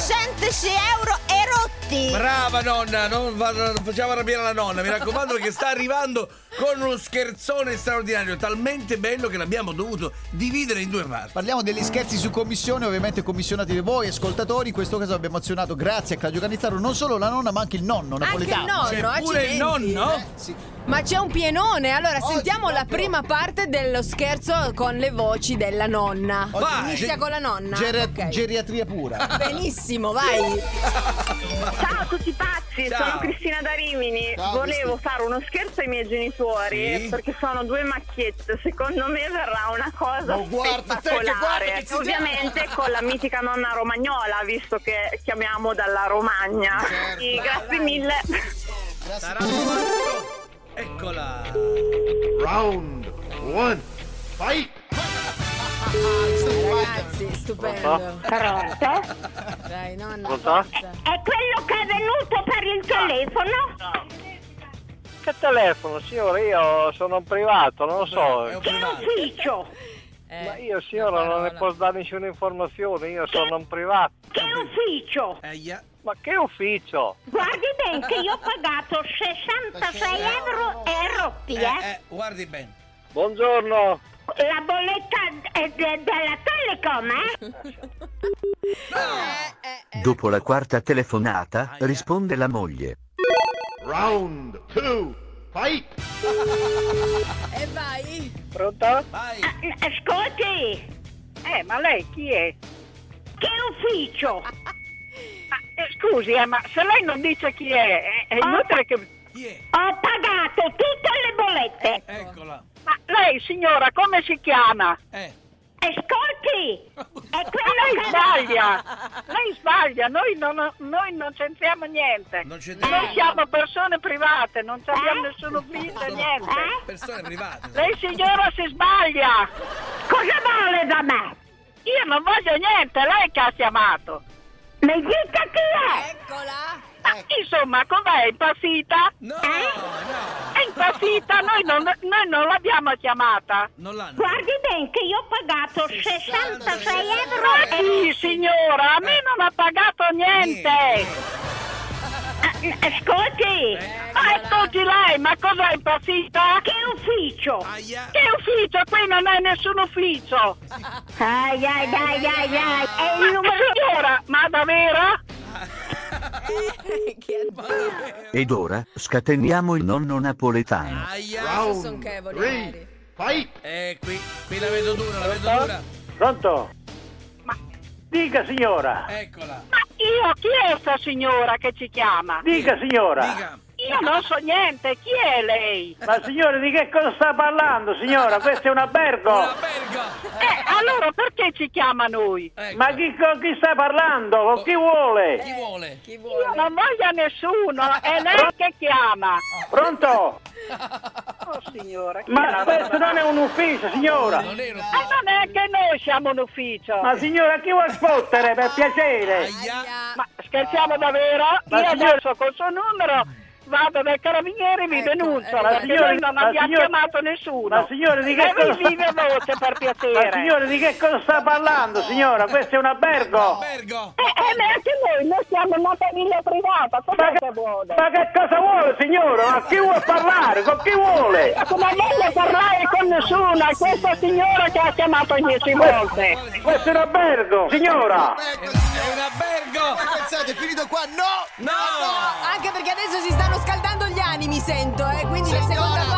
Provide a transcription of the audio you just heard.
66 euro e rotti. Brava nonna, non, va- non facciamo arrabbiare la nonna, mi raccomando che sta arrivando con uno scherzone straordinario, talmente bello che l'abbiamo dovuto dividere in due parti. Parliamo degli scherzi su commissione, ovviamente commissionati voi ascoltatori, in questo caso abbiamo azionato grazie a Claudio Cannizzaro non solo la nonna ma anche il nonno Anche il napoletano. nonno, C'è eh, pure il accidenti. nonno? Ma c'è un pienone, allora Oggi sentiamo la proprio. prima parte dello scherzo con le voci della nonna. Vai. Inizia Ge- con la nonna. Geria- Ok. Geriatria pura. Benissimo, vai. Ciao a tutti pazzi, Ciao. sono Cristina da Rimini. Ciao, Volevo Cristina. fare uno scherzo ai miei genitori Sì. perché sono due macchiette. Secondo me verrà una cosa Ma guarda te, che guarda spettacolare. che ci siamo. Ovviamente con la mitica nonna romagnola, visto che chiamiamo dalla Romagna. Certo. Sì, Vai, grazie vai. mille. Sarà fatto. Eccola! Round one, fight! Ragazzi, stupendo. Pronto? Dai, nonna. Pronto? forza. È quello che è venuto per il telefono? Che telefono, signore? Io sono un privato, non lo so. È un privato. Ufficio! Eh, Ma io, una signora, non ne parola. posso dare nessuna informazione, io sono un privato. Che ufficio? Aia. Ma che ufficio? Guardi ben che io ho pagato 66 euro e rotti, Eh, eh, guardi bene. Buongiorno. La bolletta è de- della Telecom, eh? Dopo la quarta telefonata, Aia. risponde la moglie. Round two, fight! E vai. Pronto? Vai. Ah, Ascolti, Eh, ma lei chi è? che ufficio? Ma, eh, scusi, eh, ma se lei non dice chi è, è, è Ah. inutile che... Chi è? Eh, Ho pagato tutte le bollette. Eccola. Ma lei, signora, come si chiama? Eh. Ascolti, è Lei quello che... sbaglia, lei sbaglia, noi non, noi non c'entriamo niente. Non c'è Noi siamo persone private, non abbiamo Eh? nessun ufficio, Sono- niente. Eh? persone private. Lei, signora, si sbaglia. Cosa vuole da me? Io non voglio niente, lei che ha chiamato. Mi dica chi è? Eccola. Ma, Eh. insomma, com'è? È Impazzita? Eh? No, no. È Ecco. impazzita, noi non, noi non l'abbiamo chiamata. Non l'hanno. Guardi ben che io ho pagato 66 euro Ma e... chi, signora? A me non ha pagato niente. Ascolti, Ma ascolti lei, ma cosa è impazzita? che ufficio? Aia. Che ufficio? Qui non è nessun ufficio. Ai ai ai ai ai, è il Ma numero... signora, ma davvero? che Ed ora, scateniamo il nonno napoletano. Aia. adesso sono chevoli, three, magari. fight! Eh, qui, qui la vedo dura, la vedo dura. Pronto? Ma- Dica signora, Eccola. Ma io, chi è sta signora che ci chiama? dica signora. Dica. Io non so niente, chi è lei? Ma signora di che cosa sta parlando signora? Questo è un Una albergo. verga. Eh, allora perché ci chiama noi? Ecco. Ma chi, con chi sta parlando? Con chi vuole? Chi vuole? Chi Io vuole? non voglio nessuno, è lei che chiama. Pronto? Oh signora, chi Ma era? questo non è un ufficio signora. Non ero. Ma non è che noi siamo un ufficio. Ma signora chi vuol sfottere per piacere? Aia. Ma scherziamo davvero? Ah. Ma Io signor- adesso col suo numero vado dai carabinieri e vi Ecco, denuncio ecco. perché Ma noi signor- non ma abbiamo signor- chiamato nessuno. Ma signora di che E voi cosa... vive voce per Ma piacere. signora di che cosa sta parlando signora? Questo è un albergo. Vergo. Eh, eh, ma anche noi, noi siamo una famiglia privata, Ma che, ma che cosa vuole signora? Ma chi vuole parlare? Con chi vuole? non voglio parlare con nessuno, è questa signora che ha chiamato dieci volte. Questo è un albergo signora. È una vergo. Pensate, è finito qua? No! No. Anche perché adesso si stanno scaldando gli animi, sento, eh. Quindi la seconda